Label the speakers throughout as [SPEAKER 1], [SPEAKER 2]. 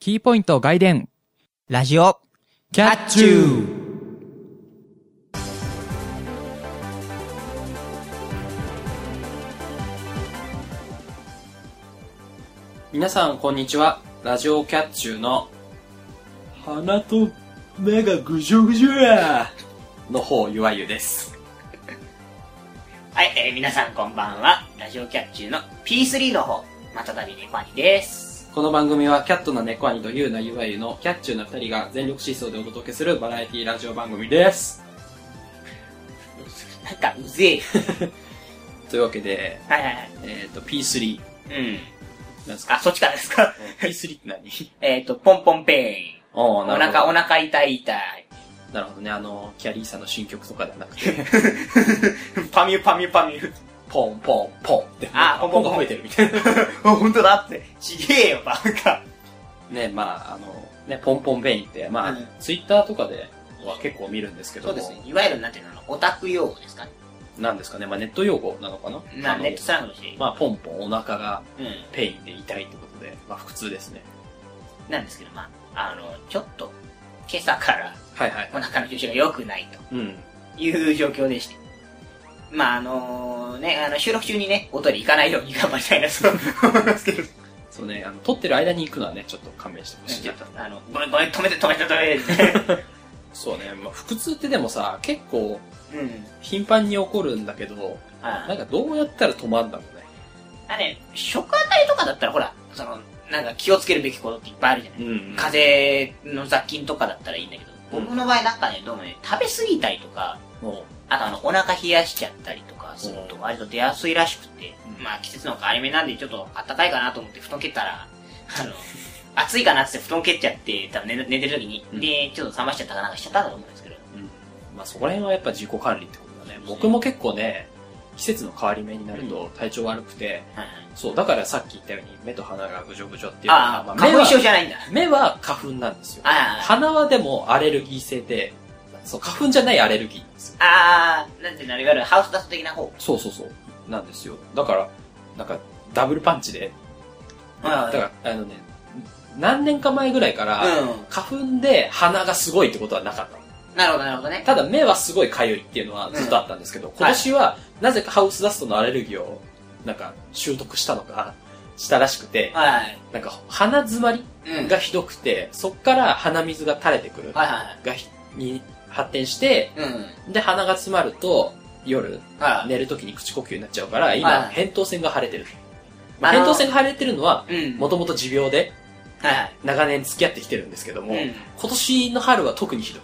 [SPEAKER 1] キーポイント外伝。
[SPEAKER 2] ラジオ、
[SPEAKER 1] キ
[SPEAKER 2] ャッチュ
[SPEAKER 1] ー
[SPEAKER 3] 皆さんこんにちはラジオキャッチューの鼻と目がぐじょぐじょやの方ゆわゆです
[SPEAKER 4] はい、えー皆さんこんばんは。ラジオキャッチューの P3 の方、またたびネコアニです。
[SPEAKER 3] この番組はキャットな猫兄とゆうなゆわゆのキャッチューな二人が全力疾走でお届けするバラエティラジオ番組です
[SPEAKER 4] なんか、うぜえ。
[SPEAKER 3] というわけで
[SPEAKER 4] はいはいはい。
[SPEAKER 3] えっ、と P3
[SPEAKER 4] うん。
[SPEAKER 3] なんです
[SPEAKER 4] あ、
[SPEAKER 3] か
[SPEAKER 4] そっちからですか
[SPEAKER 3] P3 って何
[SPEAKER 4] えっと、ポンポンペ
[SPEAKER 3] おー
[SPEAKER 4] イン。お
[SPEAKER 3] なるほ
[SPEAKER 4] 腹、
[SPEAKER 3] ど
[SPEAKER 4] お腹痛い痛い。
[SPEAKER 3] なるほどねあのキャリーさんの新曲とかではなくて
[SPEAKER 4] パミュパミュパミュ。
[SPEAKER 3] ポンポンポンって
[SPEAKER 4] あー
[SPEAKER 3] ポンポンが増えてるみたいな
[SPEAKER 4] あ、 ほんとだって。ちげえよ、バカ。
[SPEAKER 3] ねまああのねポンポンベインってまあ、
[SPEAKER 4] うん
[SPEAKER 3] ツイッターとかでは結構見るんですけど
[SPEAKER 4] そ
[SPEAKER 3] も
[SPEAKER 4] うですね。いわゆる、なんていうの、オタク用語ですかね。
[SPEAKER 3] なんですかね、まあ、ネット用語なのかな
[SPEAKER 4] な
[SPEAKER 3] あの
[SPEAKER 4] ネットスラングとして。
[SPEAKER 3] まあ、ポンポンお腹が
[SPEAKER 4] うん。
[SPEAKER 3] ペインで痛いってことで、まあ、腹痛ですね。
[SPEAKER 4] なんですけど、まあ、あの、ちょっと、今朝から
[SPEAKER 3] はいはい。
[SPEAKER 4] お腹の調子が良くないと。
[SPEAKER 3] うん。
[SPEAKER 4] いう状況でして。まああのね、あの収録中にね、おトイレ行かないように頑張りたいなと思いますけど。
[SPEAKER 3] そうね、あの、撮ってる間に行くのはね、ちょっと勘弁してほしい
[SPEAKER 4] ちょ
[SPEAKER 3] な
[SPEAKER 4] っ。と、あの、ごめんごめん、止めて止め て止めて。
[SPEAKER 3] そうね、まあ、腹痛ってでもさ、結構
[SPEAKER 4] うん。
[SPEAKER 3] 頻繁に起こるんだけど、
[SPEAKER 4] あ
[SPEAKER 3] なんかどうやったら止まんだろうね。
[SPEAKER 4] あね、食あたりとかだったらほら、その、なんか気をつけるべきことっていっぱいあるじゃない。
[SPEAKER 3] うん、
[SPEAKER 4] 風邪の雑菌とかだったらいいんだけど、
[SPEAKER 3] うん
[SPEAKER 4] 僕の場合なんかね、どうもね、食べ過ぎたりとか、
[SPEAKER 3] も
[SPEAKER 4] あとあの、お腹冷やしちゃったりとかすると割と出やすいらしくて、
[SPEAKER 3] うん
[SPEAKER 4] まあ季節の変わり目なんでちょっと暖かいかなと思って布団蹴っ たら、あの、暑いかなって布団蹴っちゃって、多分寝寝てる時に、
[SPEAKER 3] うん
[SPEAKER 4] で、ちょっと冷ましちゃったかなんかしちゃったんだと思うんですけど、
[SPEAKER 3] う、うん。まあ、そこら辺はやっぱ自己管理ってことだね。僕も結構ね、季節の変わり目になると体調悪くて、
[SPEAKER 4] はい
[SPEAKER 3] そう、だからさっき言ったように目と鼻がぐじょぐじょっていうのは
[SPEAKER 4] ああ、花粉症じゃないんだ。
[SPEAKER 3] 目は花粉なんですよ。
[SPEAKER 4] ああ、
[SPEAKER 3] 鼻はでもアレルギー性で、そう、花粉じゃないアレルギーなんですよ。
[SPEAKER 4] ああ、なんていうの、いわゆるハウスダスト的な方。
[SPEAKER 3] そうそうそう。なんですよ。だから、なんか、ダブルパンチで。
[SPEAKER 4] あ
[SPEAKER 3] だから、あのね、何年か前ぐらいから、
[SPEAKER 4] う
[SPEAKER 3] 花粉で鼻がすごいってことはなかったの。
[SPEAKER 4] ん。なるほど、なるほどね。
[SPEAKER 3] ただ目はすごい痒いっていうのはずっとあったんですけど、今年は、なぜかハウスダストのアレルギーを、なんか、習得したのか、したらしくて、
[SPEAKER 4] はい。
[SPEAKER 3] なんか、鼻詰まり
[SPEAKER 4] うん。
[SPEAKER 3] がひどくて、そっから鼻水が垂れてくる。
[SPEAKER 4] はいは
[SPEAKER 3] がひ、に発展して、
[SPEAKER 4] いはい。うん。
[SPEAKER 3] で、鼻が詰まると、夜、
[SPEAKER 4] はい。
[SPEAKER 3] 寝るときに口呼吸になっちゃうから、
[SPEAKER 4] は
[SPEAKER 3] 今、
[SPEAKER 4] い
[SPEAKER 3] 扁桃腺が腫れてる。まあ
[SPEAKER 4] あ
[SPEAKER 3] 扁
[SPEAKER 4] の
[SPEAKER 3] 桃腺が腫れてるのは、
[SPEAKER 4] うん。
[SPEAKER 3] もともと持病で、
[SPEAKER 4] はいはい。
[SPEAKER 3] 長年付き合ってきてるんですけども、
[SPEAKER 4] うん。
[SPEAKER 3] 今年の春は特にひどい。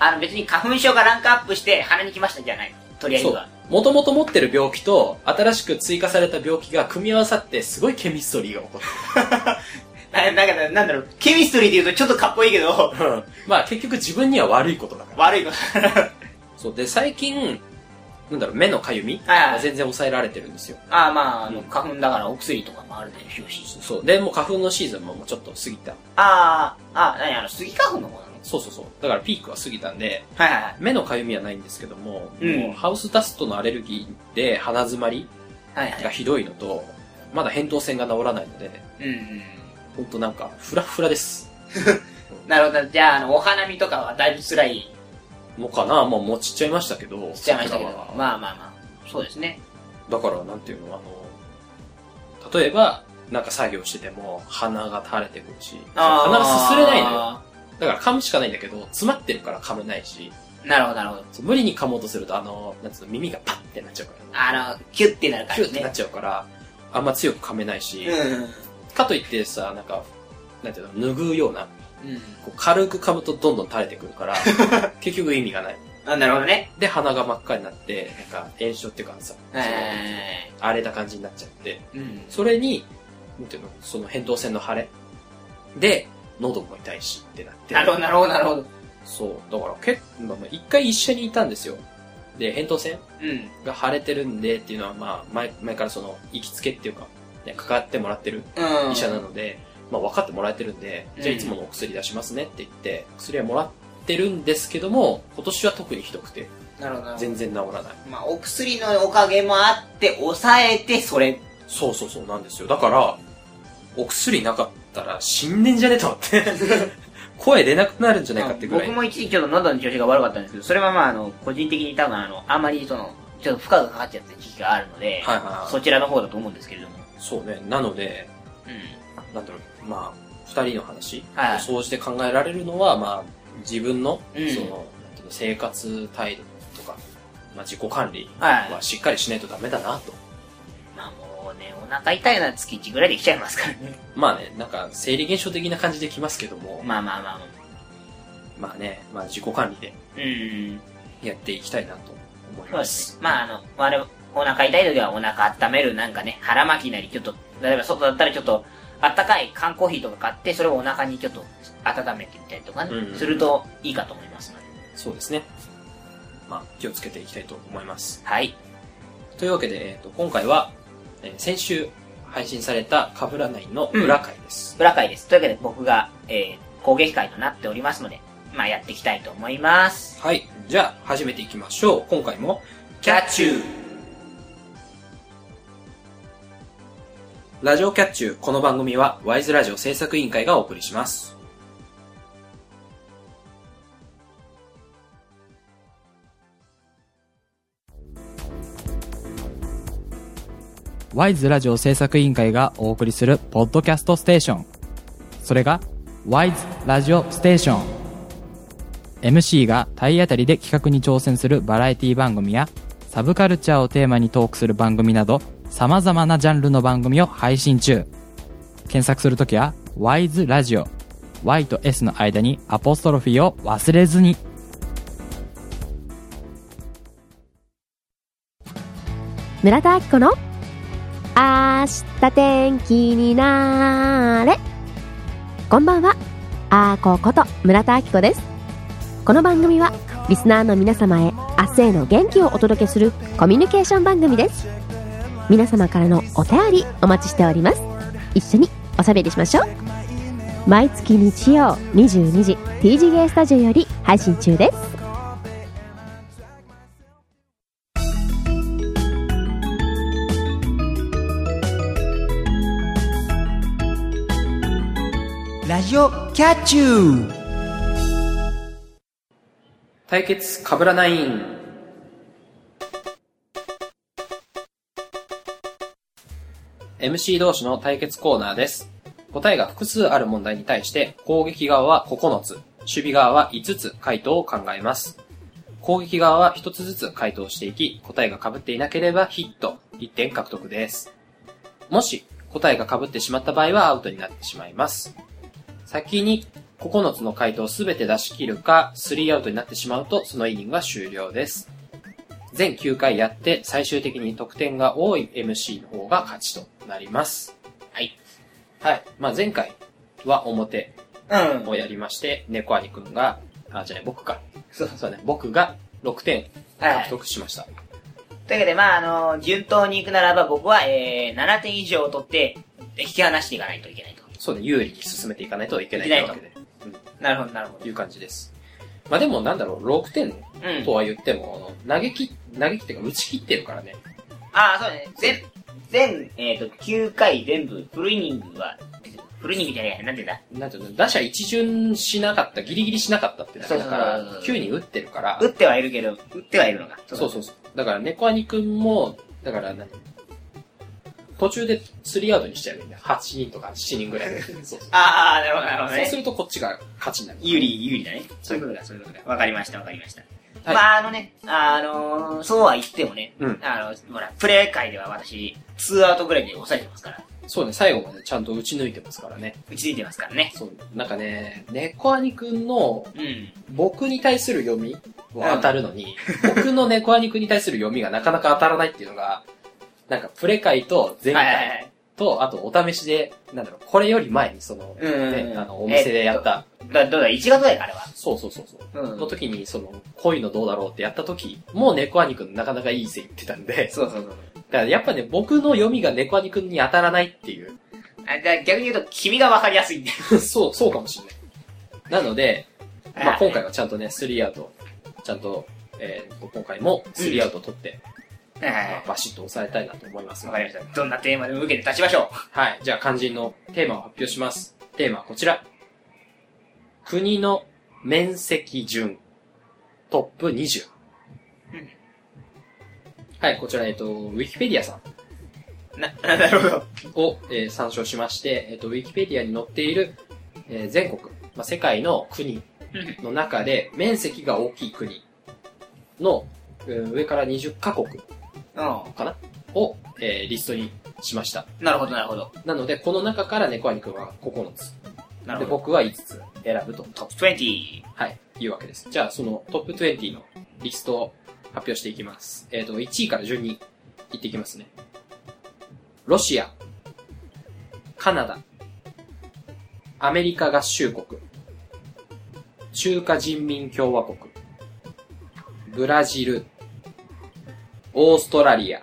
[SPEAKER 4] あの別に花粉症がランクアップして鼻に来ましたんじゃないとりあえずは。
[SPEAKER 3] もともと持ってる病気と、新しく追加された病気が組み合わさって、すごいケミストリーが起こ
[SPEAKER 4] な、なんか、なんだろう、ケミストリーで言うとちょっとかっこいいけど、
[SPEAKER 3] る。まあ、結局自分には悪いことだから。
[SPEAKER 4] 悪いこと。
[SPEAKER 3] そう。で、最近、なんだろう、目のかゆみ
[SPEAKER 4] はいはい
[SPEAKER 3] 全然抑えられてるんですよ。
[SPEAKER 4] ああ、まあ、あ
[SPEAKER 3] う
[SPEAKER 4] の、
[SPEAKER 3] ん
[SPEAKER 4] 花粉だからお薬とかもあるでしょうし。
[SPEAKER 3] そう。で、もう花粉のシーズンももうちょっと過ぎた。
[SPEAKER 4] ああ、ああ、何あの、スギ花粉の方なの
[SPEAKER 3] そうそうそう。だからピークは過ぎたんで、
[SPEAKER 4] はいはいはい。
[SPEAKER 3] 目のかゆみはないんですけども、
[SPEAKER 4] うん
[SPEAKER 3] もうハウスダストのアレルギーで鼻詰まり
[SPEAKER 4] はいは
[SPEAKER 3] が
[SPEAKER 4] い。
[SPEAKER 3] ひどいのと、まだ扁桃腺が治らないので、
[SPEAKER 4] うんうん。
[SPEAKER 3] ほんとなんか、フラフラです。
[SPEAKER 4] なるほど。じゃあ、あの、お花見とかはだいぶ辛い、
[SPEAKER 3] もうかな、もうもうちっちゃいましたけど。
[SPEAKER 4] しちゃいましたけど。
[SPEAKER 3] 桜は
[SPEAKER 4] まあまあまあ。そうですね。
[SPEAKER 3] だから、なんていうの、あの、例えば、なんか作業してても、鼻が垂れてくるし、
[SPEAKER 4] あー
[SPEAKER 3] 鼻がすすれないのよ。だから噛むしかないんだけど、詰まってるから噛めないし、
[SPEAKER 4] なるほど、なるほど。
[SPEAKER 3] そう無理に噛もうとすると、あの、なんつうの、耳がパッてなっちゃうから。
[SPEAKER 4] あの、キュッてなるか
[SPEAKER 3] キュ
[SPEAKER 4] ら
[SPEAKER 3] ッてなっ
[SPEAKER 4] ね。
[SPEAKER 3] ちゃうから、あんま強く噛めないし、
[SPEAKER 4] うん
[SPEAKER 3] かといってさ、なんか、なんていうの、拭うような、
[SPEAKER 4] うん。うん。
[SPEAKER 3] こう軽く噛むとどんどん垂れてくる から、結局意味がない。
[SPEAKER 4] あ、なるほどね。
[SPEAKER 3] で、鼻が真っ赤になって、なんか炎症っていうかさ、
[SPEAKER 4] はいはいはい。
[SPEAKER 3] 荒れた感じになっちゃって、
[SPEAKER 4] うん。
[SPEAKER 3] それに、なんていうの、その扁桃腺の腫れで、喉も痛いしってなって。
[SPEAKER 4] なるほど、なるほど、なるほど。
[SPEAKER 3] そう。だから結構、まあまあ一回一緒にいたんですよ。で、扁桃腺
[SPEAKER 4] うん。
[SPEAKER 3] が腫れてるんでっていうのは、まあ、前、前からその、行きつけっていうか、ね、かかってもらってる
[SPEAKER 4] うん。
[SPEAKER 3] 医者なので、まあ、分かってもらえてるんで、
[SPEAKER 4] うん
[SPEAKER 3] じゃあいつものお薬出しますねって言って、薬はもらってるんですけども、今年は特にひどくて、
[SPEAKER 4] なるほどなるほど。
[SPEAKER 3] 全然治らない。
[SPEAKER 4] まあ、お薬のおかげもあって、抑えて、それ。
[SPEAKER 3] そうそうそうなんですよ。だから、お薬なかっったら死んでんじゃねえと思って。 声出なくなるんじゃないかってぐらい。
[SPEAKER 4] 僕も一時期ちょっと喉の調子が悪かったんですけど、それはまああの、個人的に多分あの、あまりその、ちょっと負荷がかかっちゃった時期があるので、
[SPEAKER 3] はいはいはい
[SPEAKER 4] そちらの方だと思うんですけれども。
[SPEAKER 3] そうね。なので、
[SPEAKER 4] うん。
[SPEAKER 3] なんだろう、まあ、二人の話、
[SPEAKER 4] はい
[SPEAKER 3] お掃除で考えられるのは、まあ、自分の、
[SPEAKER 4] うん
[SPEAKER 3] その、なんていうの生活態度とか、まあ、自己管理
[SPEAKER 4] はい。
[SPEAKER 3] はしっかりしないとダメだなと。
[SPEAKER 4] まあもうね、お腹痛いのは月1ぐらいで来ちゃいますからね。
[SPEAKER 3] まあね、なんか、生理現象的な感じできますけども、
[SPEAKER 4] まあまあまあまあ。
[SPEAKER 3] まあね、まあ、自己管理で
[SPEAKER 4] うん。
[SPEAKER 3] やっていきたいなと思い
[SPEAKER 4] そう
[SPEAKER 3] ま。
[SPEAKER 4] ですす。まああの、我々お腹痛い時はお腹温めるなんかね、腹巻きなり、ちょっと、例えば外だったらちょっと、あったかい缶コーヒーとか買って、それをお腹にちょっと温めてみたりとかね、
[SPEAKER 3] うんうん
[SPEAKER 4] するといいかと思いますので。
[SPEAKER 3] そうですね。まあ、気をつけていきたいと思います。
[SPEAKER 4] はい。
[SPEAKER 3] というわけで、えー、と今回は、えー先週配信されたかぶらないの裏回です、
[SPEAKER 4] 裏会です。というわけで僕が、えー、攻撃会となっておりますので、まあやっていきたいと思います。
[SPEAKER 3] はいじゃあ始めていきましょう今回も
[SPEAKER 4] キャッチュー
[SPEAKER 3] ラジオキャッチューこの番組はワイズラジオ制作委員会がお送りします
[SPEAKER 2] ワイズラジオ制作委員会がお送りするポッドキャストステーション。それが、ワイズラジオステーション。MC が体当たりで企画に挑戦するバラエティ番組や、サブカルチャーをテーマにトークする番組など、様々なジャンルの番組を配信中。検索するときは、ワイズラジオ。Y と S の間にアポストロフィーを忘れずに。
[SPEAKER 1] 村田明子の明日天気になーれこんばんはあーここと村田明子ですこの番組はリスナーの皆様へ明日への元気をお届けするコミュニケーション番組です皆様からのお便りお待ちしております一緒におしゃべりしましょう毎月日曜22時 TGA スタジオより配信中です
[SPEAKER 2] ラジオキャッチュー
[SPEAKER 3] 対決かぶらないんMC 同士の対決コーナーです。答えが複数ある問題に対して、攻撃側は9つ、守備側は5つ回答を考えます。攻撃側は1つずつ回答していき、答えが被っていなければヒット、1点獲得です。もし、答えが被ってしまった場合はアウトになってしまいます。先に9つの回答をすべて出し切るか、3アウトになってしまうと、そのイニングは終了です。全9回やって、最終的に得点が多い MC の方が勝ちとなります。
[SPEAKER 4] はい。
[SPEAKER 3] はい。まあ、前回は表
[SPEAKER 4] うん
[SPEAKER 3] をやりまして、猫兄くんが、あ、じゃない、僕か。そうそうね、僕が6点獲得しました。
[SPEAKER 4] というわけで、まあ、あの、順当に行くならば、僕は、えー、7点以上を取って、引き離していかないといけないと。
[SPEAKER 3] そうね、有利に進めていかないといけない
[SPEAKER 4] い
[SPEAKER 3] と
[SPEAKER 4] けないいうと
[SPEAKER 3] わけで、
[SPEAKER 4] なるほど、なるほど。
[SPEAKER 3] いう感じです。まあ、でもなんだろう、6点
[SPEAKER 4] うん
[SPEAKER 3] と。は言っても、あの投げき、投げきっていうか、打ち切ってるからね。
[SPEAKER 4] ああ、そうだね。全、全、えっ、と、9回全部、フルイニングは、フルイニングじゃねえや、なんて言うん
[SPEAKER 3] なんていうの、打者一巡しなかった、ギリギリしなかったってだけだから
[SPEAKER 4] そうそうそう、
[SPEAKER 3] 9人打ってるから
[SPEAKER 4] だ。、打ってはいるけど、打ってはいるのか。
[SPEAKER 3] そう
[SPEAKER 4] う
[SPEAKER 3] そうそう。だから、猫兄くんも、だから何途中で3アウトにしちゃえばいいんだよ。8人とか7人ぐらいで。そうそう。
[SPEAKER 4] ああ、なるほど、なるほど
[SPEAKER 3] そうす
[SPEAKER 4] ね。
[SPEAKER 3] るとこっちが勝ちになる。
[SPEAKER 4] 有。利、有利だね。そういうことだ、そういうことだ。わかりました、わかりました。
[SPEAKER 3] はい
[SPEAKER 4] まあ、あのね、あのーそうは言ってもね、
[SPEAKER 3] うん
[SPEAKER 4] あの、ほら、プレー界では私、2アウトぐらいで抑えてますから、
[SPEAKER 3] そうね、最後までちゃんと打ち抜いてますからね。
[SPEAKER 4] 打ち抜いてますからね。
[SPEAKER 3] そう。なんかね、猫兄くんの
[SPEAKER 4] うん。
[SPEAKER 3] 僕に対する読みは当たるの に、僕の猫兄くんに対する読みがなかなか当たらないっていうのが、なんかプレ回と前
[SPEAKER 4] はいは
[SPEAKER 3] 回
[SPEAKER 4] いはい。
[SPEAKER 3] と、あとお試しで、なんだろう、これより前にその、
[SPEAKER 4] うん
[SPEAKER 3] ね、あの、お店でやった、
[SPEAKER 4] だ、どうだ、1月だよ、あれは。
[SPEAKER 3] そうそうそうそう、
[SPEAKER 4] うん
[SPEAKER 3] の時に、その、こういうのどうだろうってやった時、もう猫兄くんなかなかいい線いってたんで、
[SPEAKER 4] そうそうそう。
[SPEAKER 3] だからやっぱね、僕の読みが猫兄くんに当たらないっていう、
[SPEAKER 4] あじゃあ逆に言うと、君が分かりやすいんだよ。
[SPEAKER 3] そう、そうかもしれない。なので、まあ今回はちゃんとね、3アウト、ちゃんと、えー今回も3アウト取って、
[SPEAKER 4] はいは
[SPEAKER 3] ま
[SPEAKER 4] い
[SPEAKER 3] あ
[SPEAKER 4] は
[SPEAKER 3] バシッと抑えたいなと思いま
[SPEAKER 4] い。
[SPEAKER 3] す
[SPEAKER 4] わかりました。どんなテーマでも受けて立ちましょ
[SPEAKER 3] はい、じゃあ肝心のテーマを発表します。
[SPEAKER 4] う。
[SPEAKER 3] テーマはこちら。国の面積順トップ20
[SPEAKER 4] うん。
[SPEAKER 3] はい、こちら、えっと、ウィキペディアさん
[SPEAKER 4] な、 なるほど。
[SPEAKER 3] を、えー参照しまして、えっと、ウィキペディアに載っている、えー全国、まあ、世界の国の中で面積が大きい国の、うん上から20カ国
[SPEAKER 4] う
[SPEAKER 3] かなを、えーリストにしました。
[SPEAKER 4] ん。なるほど、なるほど。
[SPEAKER 3] なので、この中から猫アニくんは9つ。
[SPEAKER 4] なる
[SPEAKER 3] で、
[SPEAKER 4] ほど。
[SPEAKER 3] 僕は5つ選ぶと、
[SPEAKER 4] トップ20。
[SPEAKER 3] はい、いうわけです。じゃあ、そのトップ20のリストを発表していきます。えっ、と、1位から順にいっていきますね。ロシア、カナダ、アメリカ合衆国、中華人民共和国、ブラジル、オーストラリア、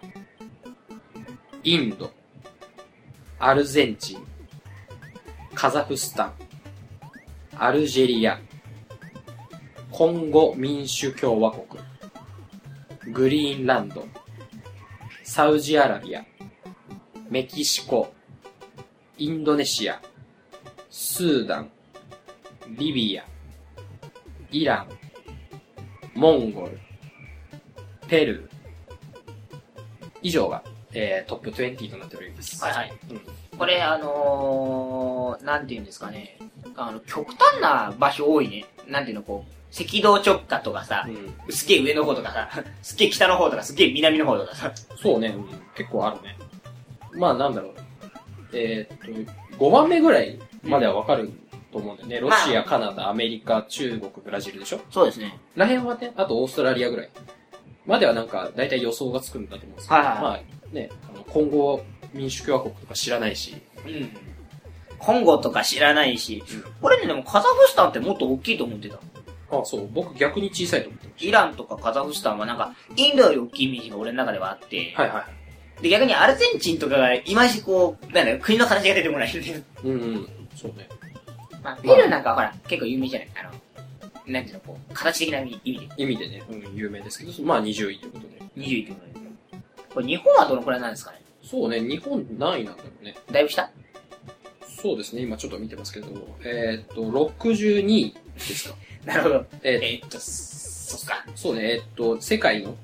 [SPEAKER 3] インド、アルゼンチン、カザフスタン、アルジェリア、コンゴ民主共和国、グリーンランド、サウジアラビア、メキシコ、インドネシア、スーダン、リビア、イラン、モンゴル、ペルー。以上が、えー、トップ20となっております。
[SPEAKER 4] はいはい。
[SPEAKER 3] うん
[SPEAKER 4] これ、あのー、なんて言うんですかね。あの、極端な場所多いね。なんていうの、こう、赤道直下とかさ、
[SPEAKER 3] うん
[SPEAKER 4] すっげえ上の方とかさ、 すっげえ北の方とか、すっげえ南の方とかさ。
[SPEAKER 3] そうね、うん結構あるね。まあなんだろう。えーっと、5番目ぐらいまではわかると思うんだよね。ロシア、カナダ、アメリカ、中国、ブラジルでしょ
[SPEAKER 4] そうですね。
[SPEAKER 3] ら辺はね、あとオーストラリアぐらい。まではなんか、大体予想がつくんだと思うんですけど、
[SPEAKER 4] はいはい
[SPEAKER 3] まあね、あの今後民主共和国とか知らないし、
[SPEAKER 4] うん。コンゴとか知らないし、これね、でもカザフスタンってもっと大きいと思ってた。
[SPEAKER 3] あそう、僕逆に小さいと思ってまし
[SPEAKER 4] イランとかカザフスタンはなんか、インドより大きいイメージが俺の中ではあって、
[SPEAKER 3] た。はいはい。
[SPEAKER 4] で、逆にアルゼンチンとかが、いまいちこう、なんだよ、国の形が出てこないんだよ。
[SPEAKER 3] うん、うん、そうね。
[SPEAKER 4] まあ、ペルーなんかはほら、結構有名じゃないあの、なんていうの、こう、形的な意味意味で、
[SPEAKER 3] 意味でね、うん、有名ですけど、まあ20位ということで。
[SPEAKER 4] 20位ってことで。これ日本はどのくらいなんですかね
[SPEAKER 3] そうね、日本何位なんだろうね。
[SPEAKER 4] だいぶ下
[SPEAKER 3] そうですね、今ちょっと見てますけど、えーっと、62位ですか。
[SPEAKER 4] なるほど。
[SPEAKER 3] えーっ
[SPEAKER 4] えーっと、そそっか
[SPEAKER 3] と。そうね、えーっと、世界の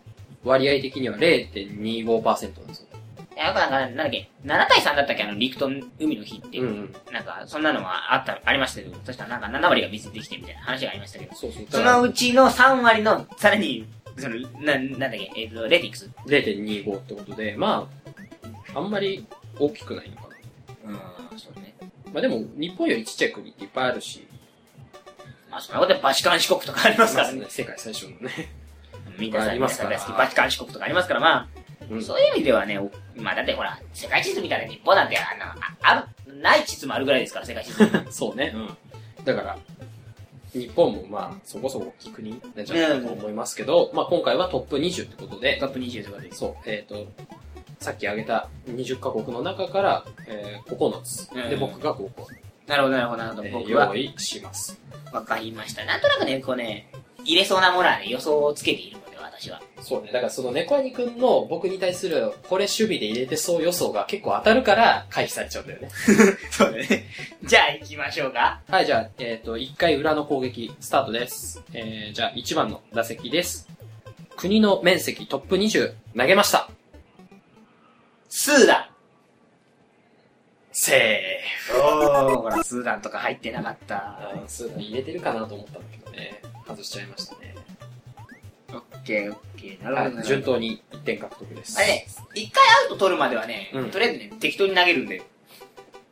[SPEAKER 3] 割合的には0.25%なんですよ。
[SPEAKER 4] いや、よくなんか、なんだっけ、7対3だったっけあの、陸と海の日って。
[SPEAKER 3] うんうん。
[SPEAKER 4] なんか、そんなのはあった、ありましたけど、そしたらなんか7割が水できてみたいな話がありましたけど、
[SPEAKER 3] そうそう。だ
[SPEAKER 4] そ
[SPEAKER 3] から
[SPEAKER 4] のうちの3割の、さらに、その、な、なんだっけ、えっ、と、レティクス。
[SPEAKER 3] 0.25ってことで、まあ、あんまり大きくないのか
[SPEAKER 4] うん、そうね。
[SPEAKER 3] な。まあでも、日本よりちっちゃい国っていっぱいあるし、
[SPEAKER 4] まあ、そんなことでバチカン四国とかありますからね。
[SPEAKER 3] 世界最初のね。
[SPEAKER 4] みんな
[SPEAKER 3] あ
[SPEAKER 4] さ、
[SPEAKER 3] り
[SPEAKER 4] 皆
[SPEAKER 3] ます
[SPEAKER 4] さ
[SPEAKER 3] か
[SPEAKER 4] ん
[SPEAKER 3] ら
[SPEAKER 4] 大好きバチカン四国とかありますから、ま
[SPEAKER 3] う
[SPEAKER 4] あ、
[SPEAKER 3] ん、
[SPEAKER 4] そういう意味ではね、おまあ、だってほら、世界地図みたいな日本なんて、あの、あある、ない地図もあるぐらいですから、世界地図。うん、
[SPEAKER 3] そうね。うん。だから、日本もまあ、そこそこ大きい国なんじゃないかと思いますけど、まあ今回はトップ20ってことで
[SPEAKER 4] ト、ップ20とかで。
[SPEAKER 3] そう、えっ、と、さっき挙げた20カ国の中から、えー、9つ。で、
[SPEAKER 4] うん
[SPEAKER 3] 僕が5個、
[SPEAKER 4] なるほど、なるほど、なるほ
[SPEAKER 3] え
[SPEAKER 4] ど。
[SPEAKER 3] ー
[SPEAKER 4] 僕は
[SPEAKER 3] 用、意します。
[SPEAKER 4] わかりました。なんとなくね、こうね、入れそうなものはね、予想をつけているので、私は。
[SPEAKER 3] そうね。だからその猫兄くんの僕に対するこれ守備で入れてそう予想が結構当たるから回避されちゃうんだよね。
[SPEAKER 4] そうだね。 じゃあ、行きましょうか。
[SPEAKER 3] はい、じゃあ、えっ、と、1回裏の攻撃スタートです。えー、じゃあ1番の打席です。国の面積トップ20投げました。
[SPEAKER 4] スーダン。
[SPEAKER 3] せ
[SPEAKER 4] おー、ほら、スーダンとか入ってなかった
[SPEAKER 3] ー。の。スーダン入れてるかなと思ったんだけどね。外しちゃいましたね。
[SPEAKER 4] オッケー、オッケー。なるほど、
[SPEAKER 3] はい、
[SPEAKER 4] なる
[SPEAKER 3] 順
[SPEAKER 4] ほど。
[SPEAKER 3] 当に1点獲得です。
[SPEAKER 4] あれね、一回アウト取るまではね、
[SPEAKER 3] うん
[SPEAKER 4] とりあえずね、適当に投げるんで。
[SPEAKER 3] そ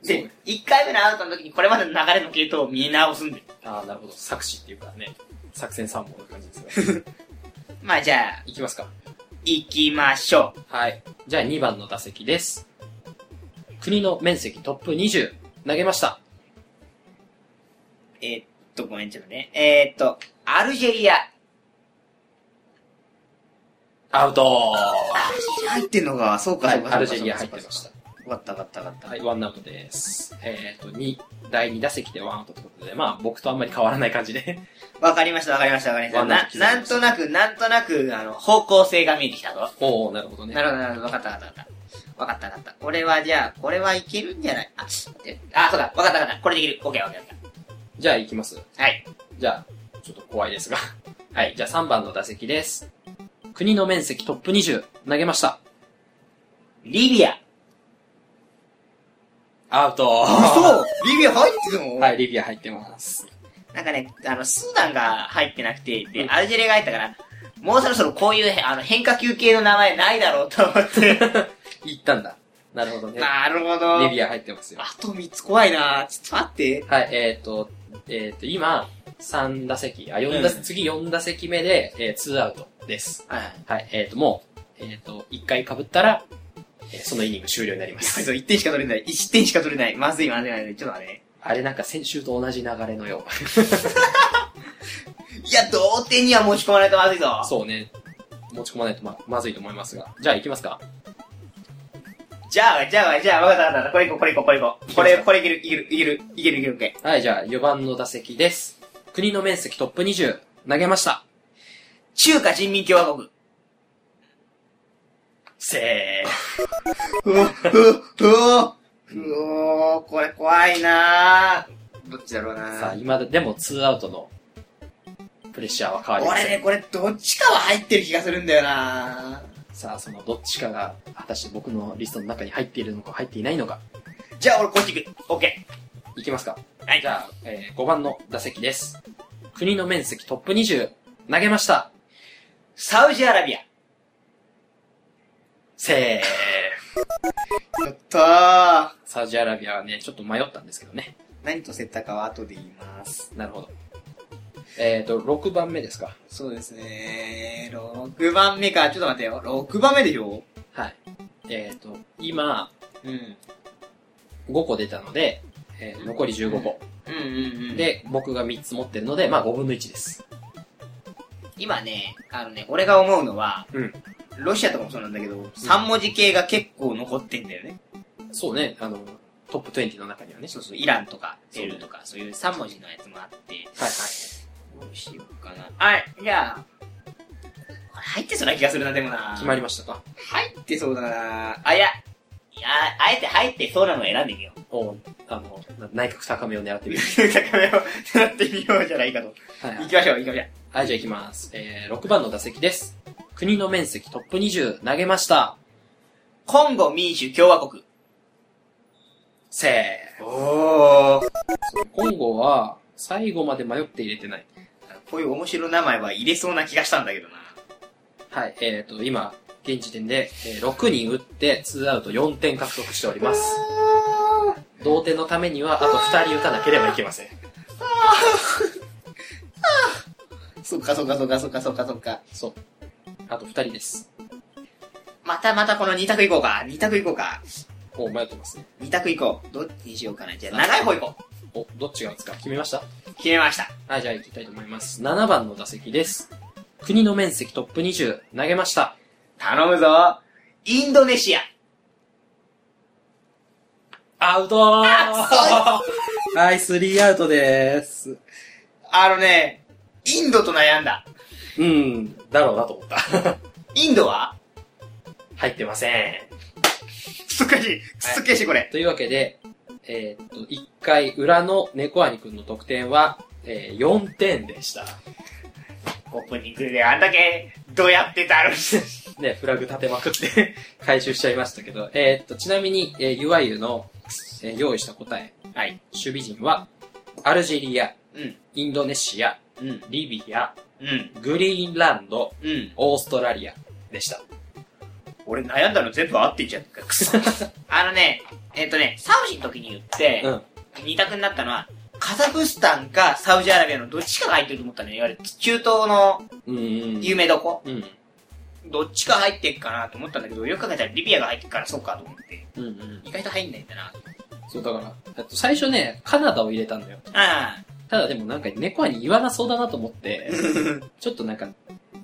[SPEAKER 3] う
[SPEAKER 4] で、一回目のアウトの時にこれまでの流れの系統を見直すんで。
[SPEAKER 3] ああ、なるほど。作詞っていうかね、作戦参謀な感じですね。
[SPEAKER 4] まあじゃあ、
[SPEAKER 3] いきますか。
[SPEAKER 4] 行きましょう。
[SPEAKER 3] はい。じゃあ2番の打席です。国の面積トップ20、投げました。
[SPEAKER 4] えーっと、ごめん、ちょっとね。えーっと、アルジェリア。
[SPEAKER 3] アウト
[SPEAKER 4] アルジェリア入ってんのか。そう
[SPEAKER 3] はい、アルジェリア入ってまし。た。
[SPEAKER 4] わかった、わかった、わかった。
[SPEAKER 3] はい、ワンアウトです。えっ、と、2、第2打席でワンアウトってことで、まあ僕とあんまり変わらない感じで。
[SPEAKER 4] わかりました、わかりました、わかりま
[SPEAKER 3] わかりま
[SPEAKER 4] し
[SPEAKER 3] した
[SPEAKER 4] た。な、なんとなく、なんとなく、あの、方向性が見えてきたぞ。
[SPEAKER 3] おおなるほどね。
[SPEAKER 4] なるほど、なるほど、わかった、わかった、わかった。わかったわかった。これはじゃあ、これはいけるんじゃないあ、ってあ、そうだ。わかったわかった。これできる。オッケーオッケーオッケ
[SPEAKER 3] じゃあ行きます。
[SPEAKER 4] ー。はい。
[SPEAKER 3] じゃあ、ちょっと怖いですが。はい、じゃあ3番の打席です。国の面積トップ20、投げました。
[SPEAKER 4] リビア。
[SPEAKER 3] アウ ト
[SPEAKER 4] リビア入ってるの
[SPEAKER 3] はい、リビア入ってます。
[SPEAKER 4] なんかね、あの、スーダンが入ってなくて、で、アルジェリアが入ったから、もうそろそろこういうへあの変化球系の名前ないだろうと思 って。
[SPEAKER 3] 行ったんだ。なるほどね。
[SPEAKER 4] なるほど。
[SPEAKER 3] リビア入ってますよ。
[SPEAKER 4] あと3つ怖いなちょっと待って。
[SPEAKER 3] はい、えっ、と、えっ、と、今、3打席、あ、四打、
[SPEAKER 4] うん
[SPEAKER 3] 次4打席目で、えー、2アウトです。
[SPEAKER 4] はい。
[SPEAKER 3] はい、えっ、と、もう、えっ、と、1回被ったら、えーそのイニング終了になりま
[SPEAKER 4] そう
[SPEAKER 3] す。
[SPEAKER 4] そう、1点しか取れない。1点しか取れない。まずい、まずい、まずい。ちょっと待ってね。
[SPEAKER 3] あれなんか先週と同じ流れのよ
[SPEAKER 4] いや、同点には持ち込まないとまずいぞ
[SPEAKER 3] う。。そうね。持ち込まないとま、まずいと思いますが。じゃあ行きますか。
[SPEAKER 4] じゃあ、じゃあ、じゃあ、わかったわかった。これいこう、これいこう、これいこう。これ、これいける、いける、いける、いける、いける、いける。
[SPEAKER 3] はい、じゃあ4番の打席です。国の面積トップ20、投げました。
[SPEAKER 4] 中華人民共和国。
[SPEAKER 3] せ
[SPEAKER 4] うお、うお、うお、これ怖いなどっちだろう
[SPEAKER 3] ー。さあ、
[SPEAKER 4] な
[SPEAKER 3] 今で、でも2アウトのプレッシャーは変わりません。
[SPEAKER 4] 俺ね、これどっちかは入ってる気がするんだよな
[SPEAKER 3] さあ、そのどっちかが、果たして僕のリストの中に入っているのか、入っていないのか、
[SPEAKER 4] じゃあ、俺こっち行く。オッケ
[SPEAKER 3] いきますか。
[SPEAKER 4] ー。はい。
[SPEAKER 3] じゃあ、えー5番の打席です。国の面積トップ20、投げました。
[SPEAKER 4] サウジアラビア。
[SPEAKER 3] せー。
[SPEAKER 4] やったー。
[SPEAKER 3] サウジアラビアはね、ちょっと迷ったんですけどね。
[SPEAKER 4] 何とせったかは後で言います。
[SPEAKER 3] なるほど。えっ、ー、と、6番目ですか。
[SPEAKER 4] そうですね6番目か。ちょっと待ってよ。6番目でしょ
[SPEAKER 3] はい。えっ、ー、と、今、
[SPEAKER 4] うん。うん
[SPEAKER 3] 5個出たので、えー残り15個。
[SPEAKER 4] うんうん。で、
[SPEAKER 3] で、僕が3つ持ってるので、まあ5分の1です。
[SPEAKER 4] 今ね、あのね、俺が思うのは、
[SPEAKER 3] うん
[SPEAKER 4] ロシアとかもそうなんだけど、3文字系が結構残ってんだよね。
[SPEAKER 3] そうね、あの、トップ20の中にはね。
[SPEAKER 4] そうそう、イランとか、ペルーとか、そういう3文字のやつもあって、
[SPEAKER 3] はいはい。
[SPEAKER 4] どうしようかな。はい、じゃあ、これ入ってそうな気がするな、でもな。
[SPEAKER 3] 決まりましたか
[SPEAKER 4] 入ってそうだな。あ、いや、いや、あえて入ってそうなのを選んでみよう。
[SPEAKER 3] おあの、な内角高めを狙ってみる。
[SPEAKER 4] 高めを狙ってみようじゃないかと。
[SPEAKER 3] はい、は
[SPEAKER 4] 行
[SPEAKER 3] い。
[SPEAKER 4] きましょう、行きましょう。
[SPEAKER 3] はい、じゃあ行きます。えー、6番の打席です。国の面積トップ20、投げました。
[SPEAKER 4] コンゴ民主共和国。
[SPEAKER 3] せー。
[SPEAKER 4] おー。
[SPEAKER 3] そう今後は、最後まで迷って入れてない。
[SPEAKER 4] こういう面白い名前は入れそうな気がしたんだけどな。
[SPEAKER 3] はい、えーと、今、現時点で、えー6人打って、2アウト4点獲得しております。同点のためには、あと2人打たなければいけません。
[SPEAKER 4] そっかそっかそっかそっかそっかそっか。
[SPEAKER 3] そう。あと2人です。
[SPEAKER 4] またまたこの2択行こうか。2択行こうか。
[SPEAKER 3] おう迷ってますね。
[SPEAKER 4] 2択行こう。どっちにしようかな。じゃあ長い方行こう。
[SPEAKER 3] お、どっちが打つか決めました
[SPEAKER 4] 決めました。
[SPEAKER 3] はい、じゃあ行きたいと思います。7番の打席です。国の面積トップ20、投げました。
[SPEAKER 4] 頼むぞ。インドネシア。
[SPEAKER 3] アウトはい、スリーアウトです。
[SPEAKER 4] あのね、インドと悩んだ。
[SPEAKER 3] うん、だろうなと思った。
[SPEAKER 4] インドは
[SPEAKER 3] 入ってません。
[SPEAKER 4] くそっかしい。くそっかしい、これ。
[SPEAKER 3] というわけで、えーっと、1回裏の猫兄くんの得点は、えー4点でした。
[SPEAKER 4] オープニングであんだけ、どうやってたるんです。
[SPEAKER 3] ね、フラグ立てまくって 回収しちゃいましたけど、えーっと、ちなみに、えー、ゆわゆの、えー用意した答え、
[SPEAKER 4] はい。
[SPEAKER 3] 守備陣は、アルジェリア、
[SPEAKER 4] うん。
[SPEAKER 3] インドネシア、
[SPEAKER 4] うん。
[SPEAKER 3] リビア、
[SPEAKER 4] うん。
[SPEAKER 3] グリーンランド、
[SPEAKER 4] うん。
[SPEAKER 3] オーストラリアでした。
[SPEAKER 4] 俺悩んだの全部合ってんじゃん。くそ。 あのね、えっ、とね、サウジの時に言って、
[SPEAKER 3] うん。
[SPEAKER 4] 二択になったのは、カザフスタンかサウジアラビアのどっちかが入ってると思ったのよ。いわゆる中東の
[SPEAKER 3] うんうん。
[SPEAKER 4] 有名どこ、
[SPEAKER 3] うん。
[SPEAKER 4] どっちか入ってっかなと思ったんだけど、よく考えたらリビアが入ってっからそうかと思って、
[SPEAKER 3] うんうん。
[SPEAKER 4] 意外と入んないんだな。
[SPEAKER 3] そう、だから、えっと最初ね、カナダを入れたんだよ。
[SPEAKER 4] あ
[SPEAKER 3] ただでもなんか、猫に言わなそうだなと思 って、
[SPEAKER 4] あ。
[SPEAKER 3] ちょっとなんか、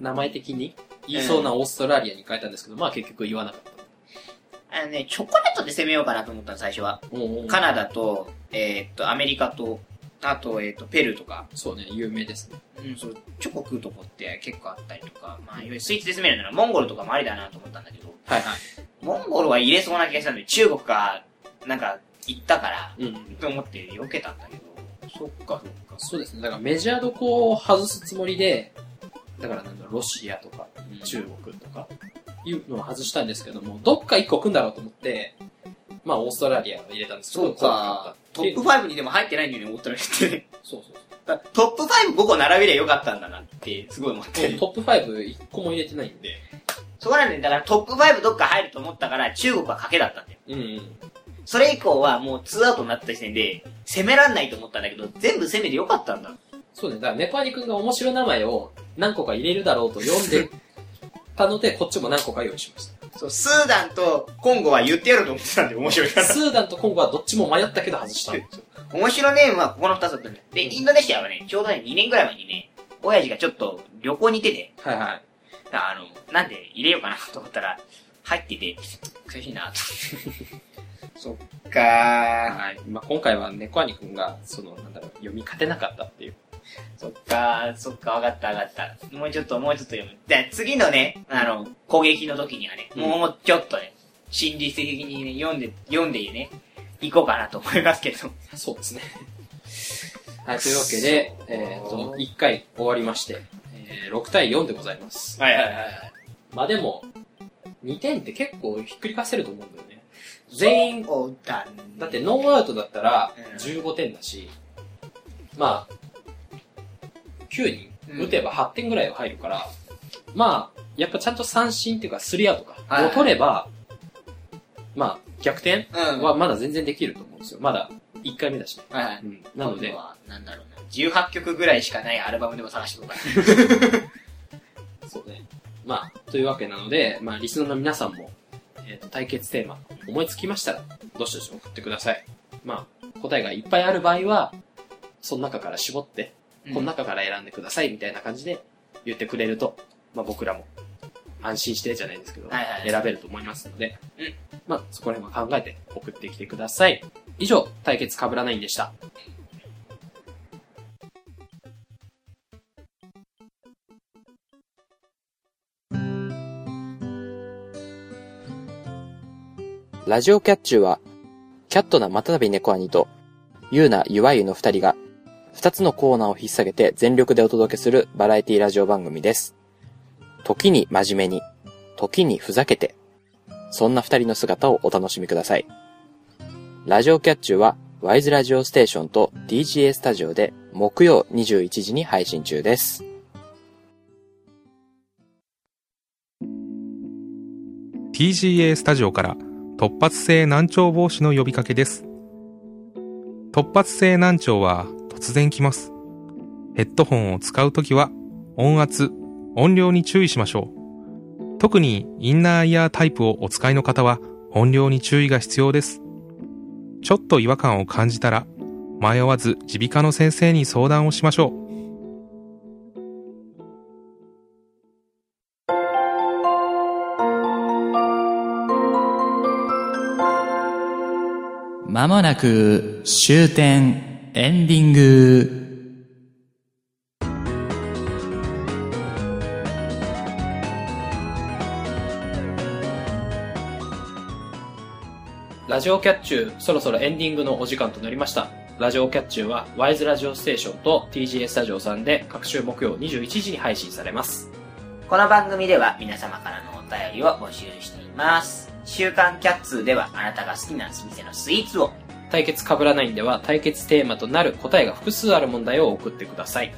[SPEAKER 3] 名前的に言いそうなオーストラリアに変えたんですけど、まあ結局言わなかった。
[SPEAKER 4] あのね、チョコレートで攻めようかなと思ったの、最初は。カナダと、えーっと、アメリカと、あと、えーっと、ペルーとか。
[SPEAKER 3] そうね、有名ですね。
[SPEAKER 4] うん、そう、チョコ食うとこって結構あったりとか、まあ、いわゆるスイーツで攻めるなら、モンゴルとかもありだなと思ったんだけど、
[SPEAKER 3] はいはい。
[SPEAKER 4] モンゴルは入れそうな気がしたんで、中国が、なんか、行ったから、
[SPEAKER 3] うん。
[SPEAKER 4] と思って避けたんだけど、そっか、そっか。
[SPEAKER 3] そうですね。だからメジャーどこを外すつもりで、だからなんだろうロシアとか中国とかいうのを外したんですけども、どっか一個組んだろうと思って、まあオーストラリアを入れたんですけど、
[SPEAKER 4] そうか。ト
[SPEAKER 3] こうな
[SPEAKER 4] ップ
[SPEAKER 3] った
[SPEAKER 4] 5にでも入ってないんだよね、オーストラリアって。
[SPEAKER 3] そうそう
[SPEAKER 4] だからトップ5、5個並べりゃよかったんだなって、すごい思っ
[SPEAKER 3] そう。
[SPEAKER 4] て
[SPEAKER 3] もう
[SPEAKER 4] る。
[SPEAKER 3] トップ5一個も入れてないんで。
[SPEAKER 4] そこなんで、だからトップ5どっか入ると思ったから、中国は賭けだったんだよ。
[SPEAKER 3] うんうん。そ
[SPEAKER 4] それ以降はもう2アウトになった時点で、攻めらんないと思ったんだけど、全部攻めてよかったんだ。
[SPEAKER 3] そうね。だからネパーニ君が面白い名前を何個か入れるだろうと読んでたので、こっちも何個か用意しました。
[SPEAKER 4] そう、スーダンとコンゴは言ってやろうと思ってたんで、面白いか ら。
[SPEAKER 3] スーダンとコンゴはどっちも迷ったけど外した。
[SPEAKER 4] 面白ネームはここの2つだったんだよ。で、インドネシアはね、ちょうどね、2年ぐらい前にね、親父がちょっと旅行に行ってて、
[SPEAKER 3] はいはい。
[SPEAKER 4] あの、なんで入れようかなと思ったら、入ってて、悔しいなと思って。 そっか
[SPEAKER 3] はい。まあ、今回はネコアニ君が、その、なんだろう、読み勝てなかったっていう。
[SPEAKER 4] ー。そっかー、そっか、わかったわかった。もうちょっと、もうちょっと読む。で、次のね、あの、攻撃の時にはね、
[SPEAKER 3] うん
[SPEAKER 4] もうちょっとね、心理的にね、読んで、読んでね、行こうかなと思いますけど。
[SPEAKER 3] そうですね。 はい、というわけで、えっ、と、1回終わりまして、えー6対4でございます。
[SPEAKER 4] はいはいはいはい。
[SPEAKER 3] まあでも、2点って結構ひっくり返せると思うんだよね。全員、
[SPEAKER 4] おだ
[SPEAKER 3] だってノーアウトだったら
[SPEAKER 4] うん
[SPEAKER 3] 15点だし、まあ、9人打てば8点ぐらいは入るから、まあ、やっぱちゃんと三振っていうかスリアとか
[SPEAKER 4] はい
[SPEAKER 3] を取れば、まあ、逆転
[SPEAKER 4] うん。
[SPEAKER 3] はまだ全然できると思うんですよ。まだ1回目だしね。
[SPEAKER 4] はいはい。
[SPEAKER 3] なので、
[SPEAKER 4] 今度は、なんだろうな。18曲ぐらいしかないアルバムでも探しておこうか
[SPEAKER 3] そうね。まあ、というわけなので、まあ、リスナーの皆さんも、えっ、と、対決テーマ、思いつきましたら、どしどし送ってください。まあ、答えがいっぱいある場合は、その中から絞って、
[SPEAKER 4] な。
[SPEAKER 3] この中から選んでください、みたいな感じで言ってくれると、まあ、僕らも、安心してじゃないですけど、
[SPEAKER 4] はいはい
[SPEAKER 3] 選べると思いますので、
[SPEAKER 4] うん
[SPEAKER 3] まあ、そこら辺は考えて送ってきてください。以上、対決かぶらないんでした。
[SPEAKER 5] ラジオキャッチューは、キャットなまたたび猫兄と、ゆうなゆわゆの二人が、二つのコーナーを引っ提げて全力でお届けするバラエティラジオ番組です。時に真面目に、時にふざけて、そんな二人の姿をお楽しみください。ラジオキャッチューは、ワイズラジオステーションと DGA スタジオで木曜21時に配信中です。
[SPEAKER 6] TGA スタジオから突発性難聴防止の呼びかけです突発性難聴は突然来ますヘッドホンを使うときは音圧音量に注意しましょう特にインナーイヤータイプをお使いの方は音量に注意が必要ですちょっと違和感を感じたら迷わず耳鼻科の先生に相談をしましょう
[SPEAKER 2] まもなく終点エンディング。
[SPEAKER 3] ラジオキャッチュー、そろそろエンディングのお時間となりました。ラジオキャッチューは、ワイズラジオステーションと TGA スタジオさんで、各週木曜21時に配信されます。
[SPEAKER 4] この番組では皆様からのお便りを募集しています。週刊キャッツーではあなたが好きな店のスイーツを、
[SPEAKER 3] 対決かぶらないんでは、対決テーマとなる答えが複数ある問題を送ってください。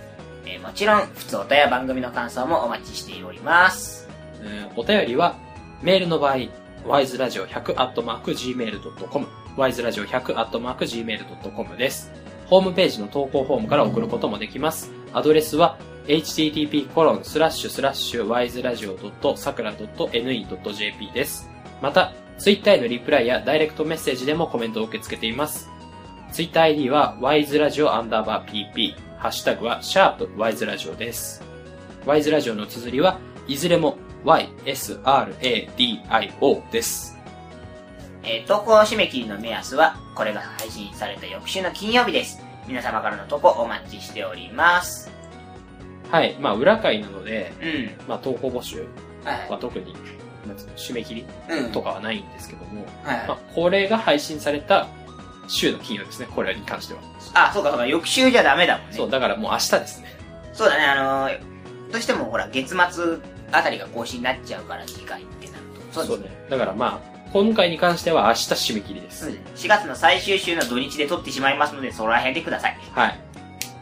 [SPEAKER 4] えーもちろん、普通お便や番組の感想もお待ちしております。
[SPEAKER 3] えーお便りは、メールの場合、wiseradio100-gmail.com、wiseradio100-gmail.com です。ホームページの投稿フォームから送ることもできます。アドレスは、http://wiseradio.sakura.ne.jp です。また、ツイッターへのリプライやダイレクトメッセージでもコメントを受け付けています。ツイッター ID は wiseradio アンダーバー pp、ハッシュタグは sharpwiseradio です。wise ラジオの綴りはいずれも ysradio です。
[SPEAKER 4] えー投稿締め切りの目安は、これが配信された翌週の金曜日です。皆様からの投稿お待ちしております。
[SPEAKER 3] はい。まあ、裏会なので、
[SPEAKER 4] うん。
[SPEAKER 3] まあ、投稿募集
[SPEAKER 4] はい
[SPEAKER 3] は特になんつうの締め切り
[SPEAKER 4] うん。
[SPEAKER 3] とかはないんですけども、
[SPEAKER 4] はいはい
[SPEAKER 3] まあ、これが配信された週の金曜日ですね、これに関しては。
[SPEAKER 4] あ、そうかそうか、翌週じゃダメだもんね。
[SPEAKER 3] そう、だからもう明日ですね。
[SPEAKER 4] そうだね、あのーどうしてもほら、月末あたりが更新になっちゃうから、次回ってなると。そうですね。
[SPEAKER 3] だからまあ、今回に関しては明日締め切りで
[SPEAKER 4] そう
[SPEAKER 3] す。
[SPEAKER 4] ですね。4月の最終週の土日で撮ってしまいますので、そこら辺でください。
[SPEAKER 3] はい。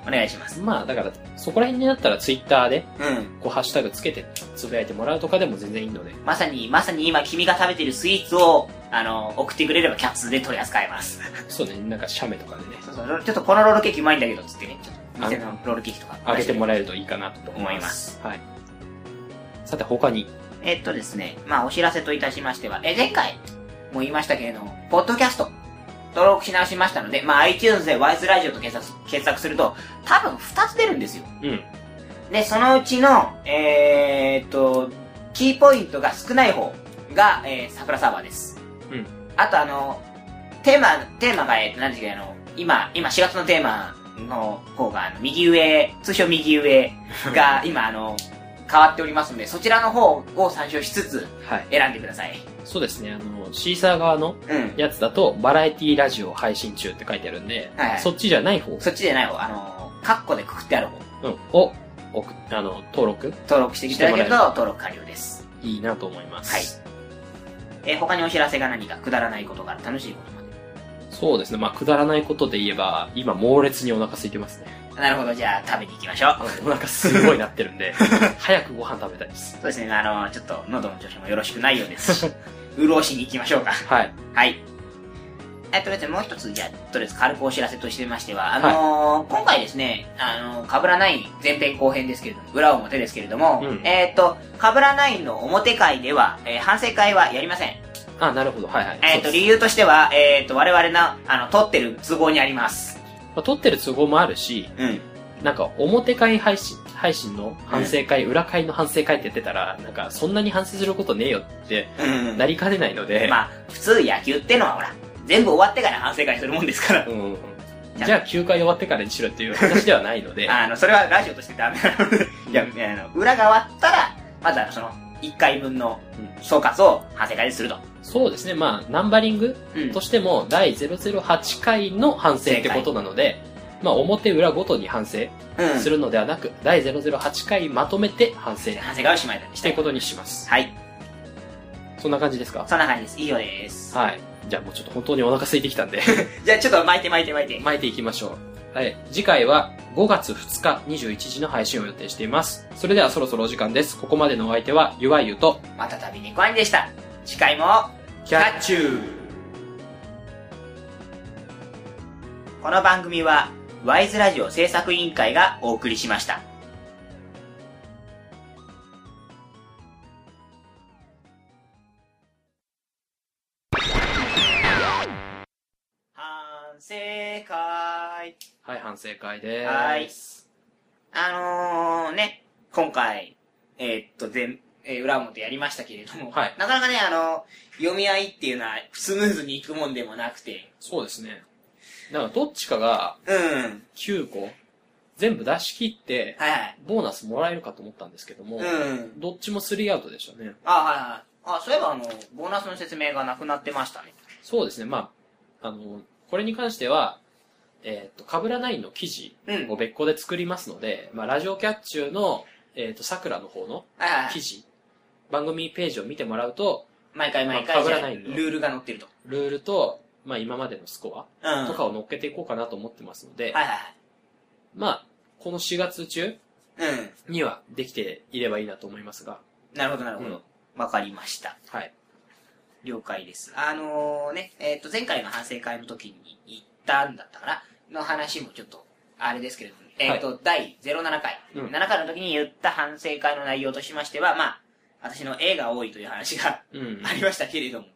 [SPEAKER 4] お願いします。
[SPEAKER 3] まあ、だから、そこら辺になったらツイッターで、
[SPEAKER 4] うん。
[SPEAKER 3] こう、ハッシュタグつけて、つぶやいてもらうとかでも全然いいので、
[SPEAKER 4] まさに、まさに今君が食べてるスイーツを、あのー送ってくれればキャッツで取り扱います。
[SPEAKER 3] そうね、なんか写メとかでね、
[SPEAKER 4] そうそう、ちょっとこのロールケーキうまいんだけど、つってね。ちょっと店のロールケーキとか。
[SPEAKER 3] あげてもらえるといいかなと思います。はい。さて、他に、
[SPEAKER 4] えっとですね、まあお知らせといたしましては、え、前回も言いましたけれども、ポッドキャスト、登録し直しましたので、まあ iTunes でワイズラジオと検索検索すると、多分2つ出るんですよ。
[SPEAKER 3] うん。
[SPEAKER 4] で、そのうちの、えー、っと、キーポイントが少ない方が、えー、桜サーバーです。
[SPEAKER 3] うん。
[SPEAKER 4] あとあの、テーマ、テーマが、えー、何ですか、あの、今、今4月のテーマの方が、あの右上、通称右上 が今、あの、変わっておりますので、そちらの方を参照しつつ
[SPEAKER 3] はい。
[SPEAKER 4] 選んでください。
[SPEAKER 3] そうですね、あの、シーサー側の
[SPEAKER 4] うん。
[SPEAKER 3] やつだと、バラエティラジオ配信中って書いてあるんで、
[SPEAKER 4] はいはい
[SPEAKER 3] そっちじゃない方、
[SPEAKER 4] そっちじゃない方、あの、カッコでくくってある方、
[SPEAKER 3] うん、を、おくあの、登録、
[SPEAKER 4] 登録していただけ
[SPEAKER 3] し
[SPEAKER 4] る
[SPEAKER 3] て
[SPEAKER 4] と
[SPEAKER 3] もら
[SPEAKER 4] 登録完了です。
[SPEAKER 3] いいなと思います。
[SPEAKER 4] はいえー他にお知らせが何か、くだらないことから楽しいことまで。
[SPEAKER 3] そうですね。まあ、くだらないことで言えば、今、猛烈にお腹空いてますね。
[SPEAKER 4] なるほど、じゃあ食べに行きましょう。
[SPEAKER 3] お腹すごいなってる んで、早くご飯食べたいです。
[SPEAKER 4] そうですね、あの、ちょっと喉の調子もよろしくないよう ですし、潤しに行きましょうか。
[SPEAKER 3] はい。
[SPEAKER 4] はい。えとりあえずもう一つ、じゃあ、とりあえず軽くお知らせとしてましては、あのー今回ですね、あのー、かぶらない前編後編ですけれども、裏表ですけれども、
[SPEAKER 3] うん
[SPEAKER 4] えっ、と、かぶらないの表会では、えー反省会はやりません。
[SPEAKER 3] あ、なるほど。はいはい。
[SPEAKER 4] え
[SPEAKER 3] そ
[SPEAKER 4] っ、と、
[SPEAKER 3] うです
[SPEAKER 4] 理由としては、えっ、と、我々の、あの、撮ってる都合にあります。
[SPEAKER 3] まあ、撮ってる都合もあるし、
[SPEAKER 4] うん。
[SPEAKER 3] なんか、表会配信、配信の反省会、裏会の反省会ってやってたら、なんか、そんなに反省することねえよって
[SPEAKER 4] うん
[SPEAKER 3] なりかねないので、
[SPEAKER 4] まあ、普通野球ってのはほら、全部終わってから反省会するもんですから。
[SPEAKER 3] うん。じゃあ、9回終わってからにしろっていう話ではないので、
[SPEAKER 4] あの、それはラジオとしてダメなので、いや、あの、裏が終わったら、まずはその、1回分の総括を反省会ですると。
[SPEAKER 3] そうですね。まあ、ナンバリング
[SPEAKER 4] うん
[SPEAKER 3] としても、第008回の反省ってことなので、まあ、表裏ごとに反省
[SPEAKER 4] うん
[SPEAKER 3] するのではなく、第008回まとめて反省
[SPEAKER 4] 反省会をしまいだに
[SPEAKER 3] し
[SPEAKER 4] して
[SPEAKER 3] い
[SPEAKER 4] て
[SPEAKER 3] くことにします。
[SPEAKER 4] はい。
[SPEAKER 3] そんな感じですか
[SPEAKER 4] そんな感じです。以上です。
[SPEAKER 3] はい。じゃあもうちょっと本当にお腹空いてきたんで、
[SPEAKER 4] じゃあちょっと巻いて巻いて巻いて。
[SPEAKER 3] 巻いていきましょう。はい。次回は5月2日21時の配信を予定しています。それではそろそろお時間です。ここまでのお相手は、ゆわゆと、
[SPEAKER 4] またたびにこあんでした。次回も、
[SPEAKER 3] キャッチュー
[SPEAKER 4] この番組は、ワイズラジオ制作委員会がお送りしました。反省会。
[SPEAKER 3] はい、反省会です。
[SPEAKER 4] はいあのー、ね、今回、えーっと、全、えー裏表やりましたけれども、
[SPEAKER 3] はい
[SPEAKER 4] なかなかね、あの読み合いっていうのはスムーズにいくもんでもなくて、
[SPEAKER 3] そうですね。だからどっちかが
[SPEAKER 4] うん。
[SPEAKER 3] 9個、全部出し切って、
[SPEAKER 4] はいはい。
[SPEAKER 3] ボーナスもらえるかと思ったんですけども、
[SPEAKER 4] うん。
[SPEAKER 3] どっちも3アウトでしたね。
[SPEAKER 4] あ、はいはい。あ、そういえば、あの、ボーナスの説明がなくなってましたね。
[SPEAKER 3] そうですね、まあ、あの、これに関しては、えっ、と、かぶらないの記事
[SPEAKER 4] う
[SPEAKER 3] を
[SPEAKER 4] ん。
[SPEAKER 3] 別個で作りますので、まあ、ラジオキャッチューの、えっ、と、桜の方の
[SPEAKER 4] はいは
[SPEAKER 3] 記
[SPEAKER 4] い。
[SPEAKER 3] 事、番組ページを見てもらうと、
[SPEAKER 4] 毎回毎
[SPEAKER 3] まあ
[SPEAKER 4] 回、
[SPEAKER 3] 被
[SPEAKER 4] じゃ
[SPEAKER 3] ら
[SPEAKER 4] あ
[SPEAKER 3] ない
[SPEAKER 4] ル
[SPEAKER 3] んだ
[SPEAKER 4] ールが載ってると。
[SPEAKER 3] ルールと、まあ、今までのスコ
[SPEAKER 4] うん
[SPEAKER 3] アとかを乗っけていこうかなと思ってますので、
[SPEAKER 4] はいはい
[SPEAKER 3] まあ、この4月中
[SPEAKER 4] はい。
[SPEAKER 3] にはできていればいいなと思いますが、
[SPEAKER 4] うん。なるほどなるほ
[SPEAKER 3] う
[SPEAKER 4] ど
[SPEAKER 3] ん。
[SPEAKER 4] わかりました。
[SPEAKER 3] はい。
[SPEAKER 4] 了解です。あのね、えっと、前回の反省会の時に言ったんだったかなの話もちょっと、あれですけれども、えっと、第07回。
[SPEAKER 3] うん
[SPEAKER 4] 7回の時に言った反省会の内容としましては、まあ、私の A が多いという話が
[SPEAKER 3] うん。
[SPEAKER 4] ありましたけれども。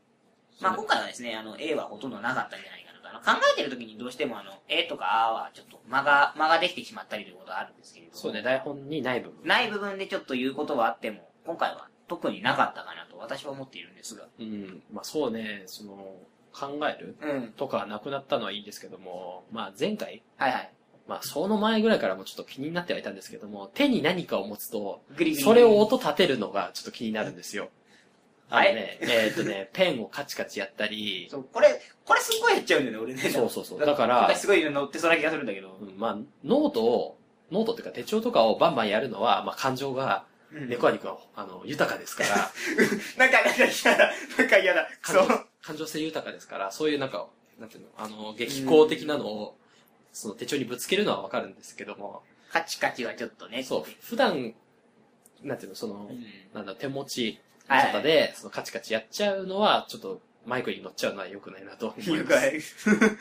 [SPEAKER 4] まあ
[SPEAKER 3] そう
[SPEAKER 4] 今回はですね、あの、A はほとんどなかったんじゃないかなと。あの考えてる時にどうしてもあの、A とか A はちょっと間が、間ができてしまったりということはあるんですけれども。
[SPEAKER 3] そうね、台本にない部分。
[SPEAKER 4] ない部分でちょっと言うことはあっても、今回は特になかったかなと私は思っているんですが。
[SPEAKER 3] うん。まあ、そうね、その、考える
[SPEAKER 4] うん。
[SPEAKER 3] とかなくなったのはいいんですけども、まあ、前回、
[SPEAKER 4] はいはい。
[SPEAKER 3] まあ、その前ぐらいからもちょっと気になってはいたんですけども、手に何かを持つと、
[SPEAKER 4] グリグリ。
[SPEAKER 3] それを音立てるのがちょっと気になるんですよ。あのね、えーっとね、 ペンをカチカチやったり、
[SPEAKER 4] そう、これ、これすごい減っちゃうんだよね、俺ね。
[SPEAKER 3] そうそうそう。だから
[SPEAKER 4] 今回、すごい乗ってそうな気がするんだけど。
[SPEAKER 3] うんまあ、ノートを、ノートっていうか手帳とかをバンバンやるのは、まあ、感情が、
[SPEAKER 4] うん
[SPEAKER 3] 猫アニくんは、あの、豊かですから、
[SPEAKER 4] なんか、なんか嫌だ。なんか嫌だ。クソ
[SPEAKER 3] 感。情感情性豊かですから、そういうなんか、なんていうの、あの、激高的なのを、その手帳にぶつけるのはわかるんですけども、
[SPEAKER 4] カチカチはちょっとね。
[SPEAKER 3] そう、普段、なんていうの、その
[SPEAKER 4] う、ん。
[SPEAKER 3] なんだ、手持ち方で、そのカチカチやっちゃうのは、ちょっと、マイクに乗っちゃうのは良くないなと思い
[SPEAKER 4] 誘
[SPEAKER 3] ます。
[SPEAKER 4] 拐。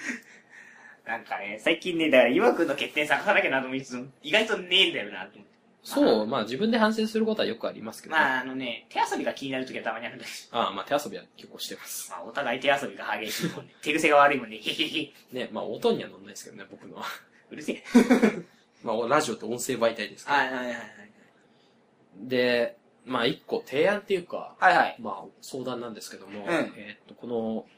[SPEAKER 4] なんかね、最近ね、だから、岩くんの欠点探さなきゃなと思いつつ、意外とねえんだよな、と思って。
[SPEAKER 3] そう、まあ自分で反省することはよくありますけど、ね、
[SPEAKER 4] まあ、あのね、手遊びが気になるときはたまにあるんだけ
[SPEAKER 3] ああ、まあ手遊びは結構してます。
[SPEAKER 4] ど、まあ、お互い手遊びが激しい もんね。手癖が悪いもんね。へへへ。
[SPEAKER 3] ね、まあ音には乗んないですけどね、僕の は。
[SPEAKER 4] うるせえ。
[SPEAKER 3] まあラジオって音声媒体ですから。
[SPEAKER 4] いはいはいはい。
[SPEAKER 3] で、まあ一個提案っていうか、
[SPEAKER 4] はいはい。
[SPEAKER 3] まあ相談なんですけども、
[SPEAKER 4] うん
[SPEAKER 3] えーっと、こ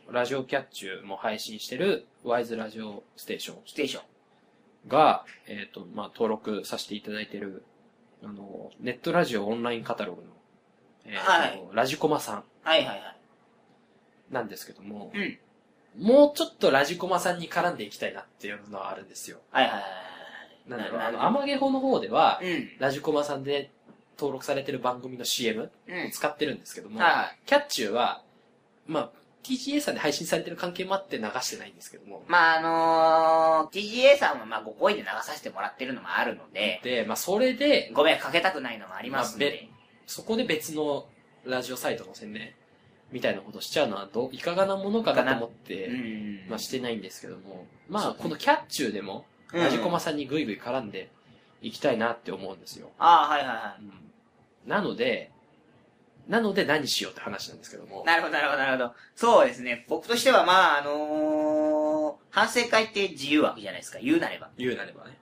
[SPEAKER 3] のラジオキャッチュも配信してるワイズラジオステーショ
[SPEAKER 4] ステーション。
[SPEAKER 3] ンが、えーっと、まあ登録させていただいてる、あの、ネットラジオオンラインカタログの、えーっと
[SPEAKER 4] はい
[SPEAKER 3] ラジコマさん
[SPEAKER 4] はいはいはい。
[SPEAKER 3] なんですけども、
[SPEAKER 4] うん
[SPEAKER 3] もうちょっとラジコマさんに絡んでいきたいなっていうのはあるんですよ。
[SPEAKER 4] はいはいはい
[SPEAKER 3] なんだろう、
[SPEAKER 4] な
[SPEAKER 3] あの、アマゲホの方では
[SPEAKER 4] は、い。うん。
[SPEAKER 3] ラジコマさんで登録されてる番組の CM
[SPEAKER 4] う
[SPEAKER 3] を
[SPEAKER 4] ん。
[SPEAKER 3] 使ってるんですけども、
[SPEAKER 4] はいはい。
[SPEAKER 3] キャッチューは、まあ、TGA さんで配信されてる関係もあって流してないんですけども、
[SPEAKER 4] まあ、あのー、TGA さんはまあ、ご好意で流させてもらってるのもあるので、
[SPEAKER 3] で、まあ、それで、
[SPEAKER 4] ご迷惑かけたくないのもありますん
[SPEAKER 3] まあ
[SPEAKER 4] で。
[SPEAKER 3] そこで別のラジオサイトの宣伝みたいなことしちゃうのはどう、いかがなものかなと思っ
[SPEAKER 4] う
[SPEAKER 3] て、
[SPEAKER 4] ん
[SPEAKER 3] まあ、してないんですけども、まあ、このキャッチューでも、ラジコマさんにぐいぐい絡んでいきたいなって思うんですよ。
[SPEAKER 4] ああ、はいはいは
[SPEAKER 3] うんなので、なので何しようって話なんですけども
[SPEAKER 4] い。。なるほど、なるほど、なるほど。そうですね。僕としては、まあ、あのー、反省会って自由枠じゃないですか。言うなれば。
[SPEAKER 3] 言うなればね。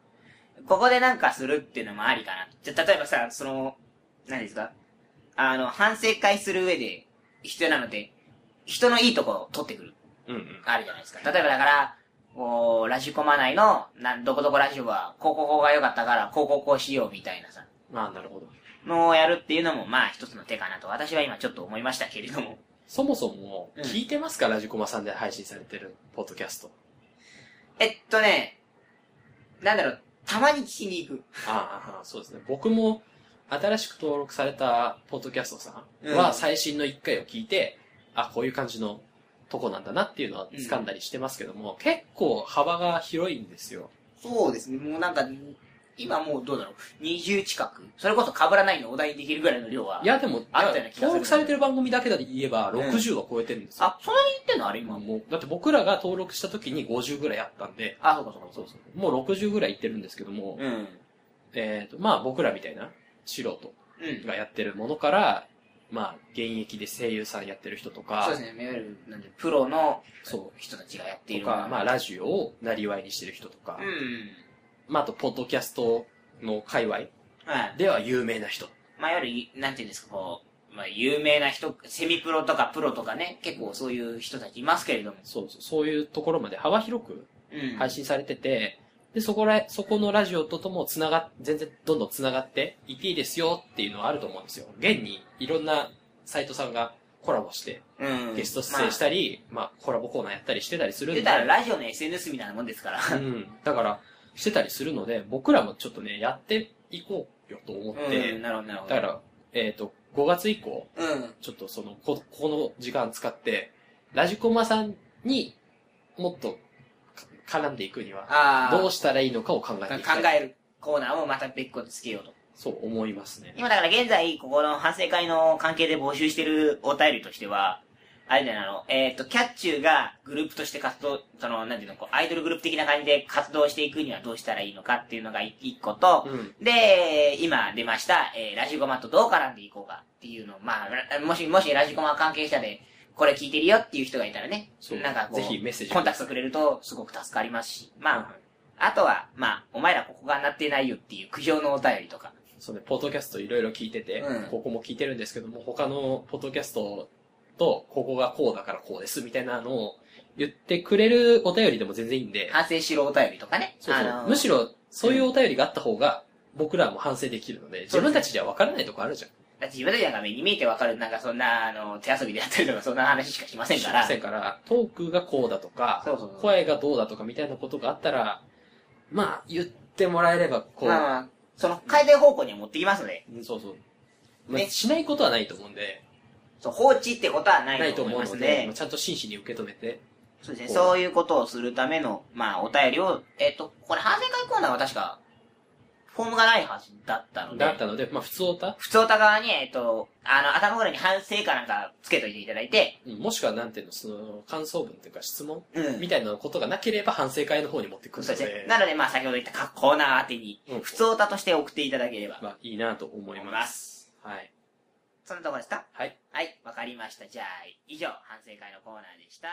[SPEAKER 4] ここでなんかするっていうのもありかな。じゃ、例えばさ、その、何ですかあの、反省会する上で必要なので、人のいいとこを取ってくる。
[SPEAKER 3] うんうん。
[SPEAKER 4] あるじゃないですか。例えばだから、こう、ラジコマ内の、なん、どこどこラジオは、こうこうこうが良かったから、こうこうこうしようみたいなさ、
[SPEAKER 3] まあ、なるほど。
[SPEAKER 4] のをやるっていうのも、まあ一つの手かなと、私は今ちょっと思いましたけれども。
[SPEAKER 3] そもそも、
[SPEAKER 4] うん
[SPEAKER 3] 聞いてますか、ラジコマさんで配信されてる、ポッドキャスト。
[SPEAKER 4] えっとね、なんだろう、たまに聞きに行く。
[SPEAKER 3] ああ、そうですね。僕も、新しく登録された、ポッドキャストさん
[SPEAKER 4] う
[SPEAKER 3] は、
[SPEAKER 4] ん
[SPEAKER 3] 最新の1回を聞いて、あ、こういう感じのとこなんだなっていうのは掴んだりしてますけども、結構幅が広いんですよ。
[SPEAKER 4] そうですね、もうなんか、今もうどうだろう、20近く。それこそ被らないのお題にできるぐらいの量は。
[SPEAKER 3] い、や、でも、
[SPEAKER 4] あったような気がする
[SPEAKER 3] 登録されてる番組だけで言えば、60は超えてるんですよ。
[SPEAKER 4] あ、そんなに言ってんのあれ
[SPEAKER 3] まあ
[SPEAKER 4] 今。
[SPEAKER 3] もう、だって僕らが登録した時に50ぐらいあったんで、
[SPEAKER 4] あ、そうかそうか
[SPEAKER 3] そ
[SPEAKER 4] そうう
[SPEAKER 3] そう。もう60ぐらいいってるんですけども、
[SPEAKER 4] か。うん。
[SPEAKER 3] えっ、と、まあ僕らみたいな素人
[SPEAKER 4] うん。
[SPEAKER 3] がやってるものから、まあ現役で声優さんやってる人とか、
[SPEAKER 4] そうですね、いわゆる、なんで、プロの
[SPEAKER 3] そ
[SPEAKER 4] 人たちがやって
[SPEAKER 3] う。
[SPEAKER 4] い
[SPEAKER 3] と
[SPEAKER 4] る
[SPEAKER 3] か、まあラジオをなりわいにしてる人とか、
[SPEAKER 4] うん。
[SPEAKER 3] まああとポッドキャストの界隈
[SPEAKER 4] はい。
[SPEAKER 3] では有名な人。
[SPEAKER 4] まあ、いわゆる、なんていうんですか、こう、まあ、有名な人、セミプロとかプロとかね、結構そういう人たちいますけれども。
[SPEAKER 3] そうそう、そういうところまで幅広く
[SPEAKER 4] うん。
[SPEAKER 3] 配信されてて、で、そこら、そこのラジオとともつながっ、全然どんどんつながっていっていいですよっていうのはあると思うんですよ。現にいろんなサイトさんがコラボして、
[SPEAKER 4] うん。
[SPEAKER 3] ゲスト出演した
[SPEAKER 4] り。
[SPEAKER 3] り、まあ、コラボコーナーやったりしてたりするんで。
[SPEAKER 4] 出たらラジオの SNS みたいなもんですから。
[SPEAKER 3] うん。だから、してたりするので、僕らもちょっとね、やっていこうよと思って、
[SPEAKER 4] うん、なるほど、なるほど。
[SPEAKER 3] だから、えっ、と、5月以降、
[SPEAKER 4] うん。
[SPEAKER 3] ちょっとその、こ、この時間使って、ラジコマさんにもっとか絡んでいくには、
[SPEAKER 4] ああ。
[SPEAKER 3] どうしたらいいのかを考えていき
[SPEAKER 4] 考
[SPEAKER 3] たい。
[SPEAKER 4] えるコーナーをまた別個でつけようと。
[SPEAKER 3] そう思いますね。
[SPEAKER 4] 今だから現在、ここの反省会の関係で募集してるお便りとしては、あれだよね、あの、えっ、と、キャッチューがグループとして活動、その、なんていうの、こう、アイドルグループ的な感じで活動していくにはどうしたらいいのかっていうのがい一個と、
[SPEAKER 3] うん。
[SPEAKER 4] で、今出ました、えーラジコマとどう絡んでいこうかっていうのを、まあ、ラもし、もしラジコマ関係者で、これ聞いてるよっていう人がいたらね、
[SPEAKER 3] そう。
[SPEAKER 4] なんかこう、
[SPEAKER 3] ぜひメッセージ
[SPEAKER 4] コンタクトくれるとすごく助かりますし、まあ、
[SPEAKER 3] うん
[SPEAKER 4] あとは、まあ、お前らここがなってないよっていう苦情のお便りとか。
[SPEAKER 3] そうね、ポッドキャストいろいろ聞いてて、
[SPEAKER 4] うん
[SPEAKER 3] ここも聞いてるんですけども、他のポッドキャストと、ここがこうだからこうです、みたいなのを言ってくれるお便りでも全然いいんで、
[SPEAKER 4] 反省しろお便りとかね。
[SPEAKER 3] そうそう
[SPEAKER 4] あの
[SPEAKER 3] むしろ、そういうお便りがあった方が、僕らも反省できるので、自分たちじゃ分からないとこあるじゃん。
[SPEAKER 4] だって自分たちなんか目に見えてわかる、なんかそんな、あの、手遊びでやってるとか、そんな話しかしません
[SPEAKER 3] し
[SPEAKER 4] か
[SPEAKER 3] ま
[SPEAKER 4] ら。
[SPEAKER 3] せんから、トークがこうだとか、
[SPEAKER 4] そうそうそう
[SPEAKER 3] 声がどうだとかみたいなことがあったら、まあ、言ってもらえれば、こう、
[SPEAKER 4] まあまあ、その、改善方向に持ってきますので、
[SPEAKER 3] うんそうそう。まあ、
[SPEAKER 4] ね
[SPEAKER 3] しないことはないと思うんで、
[SPEAKER 4] そう、放置ってことはな
[SPEAKER 3] ない
[SPEAKER 4] い
[SPEAKER 3] と
[SPEAKER 4] と思い
[SPEAKER 3] 思う
[SPEAKER 4] ま
[SPEAKER 3] の
[SPEAKER 4] す
[SPEAKER 3] で、ま
[SPEAKER 4] ね
[SPEAKER 3] あ。ちゃんと真摯に受け止めて、
[SPEAKER 4] そうですね、
[SPEAKER 3] こう
[SPEAKER 4] そういうことをするための、まあ、お便りを、えっと、これ反省会コーナーは確か、フォームがないはずだったので。
[SPEAKER 3] だったので、まあ、普通オタ
[SPEAKER 4] 普通歌側に、えっと、あの、頭ぐらいに反省かなんかつけといていただいて、
[SPEAKER 3] うんもしくは、なんていうの、その、感想文というか質問
[SPEAKER 4] うん
[SPEAKER 3] みたいなことがなければ反省会の方に持ってくる
[SPEAKER 4] そ
[SPEAKER 3] の
[SPEAKER 4] うですね
[SPEAKER 3] で。、
[SPEAKER 4] なので、まあ、先ほど言ったかコーナー宛てに、
[SPEAKER 3] うん
[SPEAKER 4] 普通歌として送っていただければ、
[SPEAKER 3] まあ、いいなと思い
[SPEAKER 4] 思い
[SPEAKER 3] ま。
[SPEAKER 4] ますす。
[SPEAKER 3] はい。
[SPEAKER 4] そんなところですか
[SPEAKER 3] はい。
[SPEAKER 4] はい、わかりました。じゃあ、以上、反省会のコーナーでした。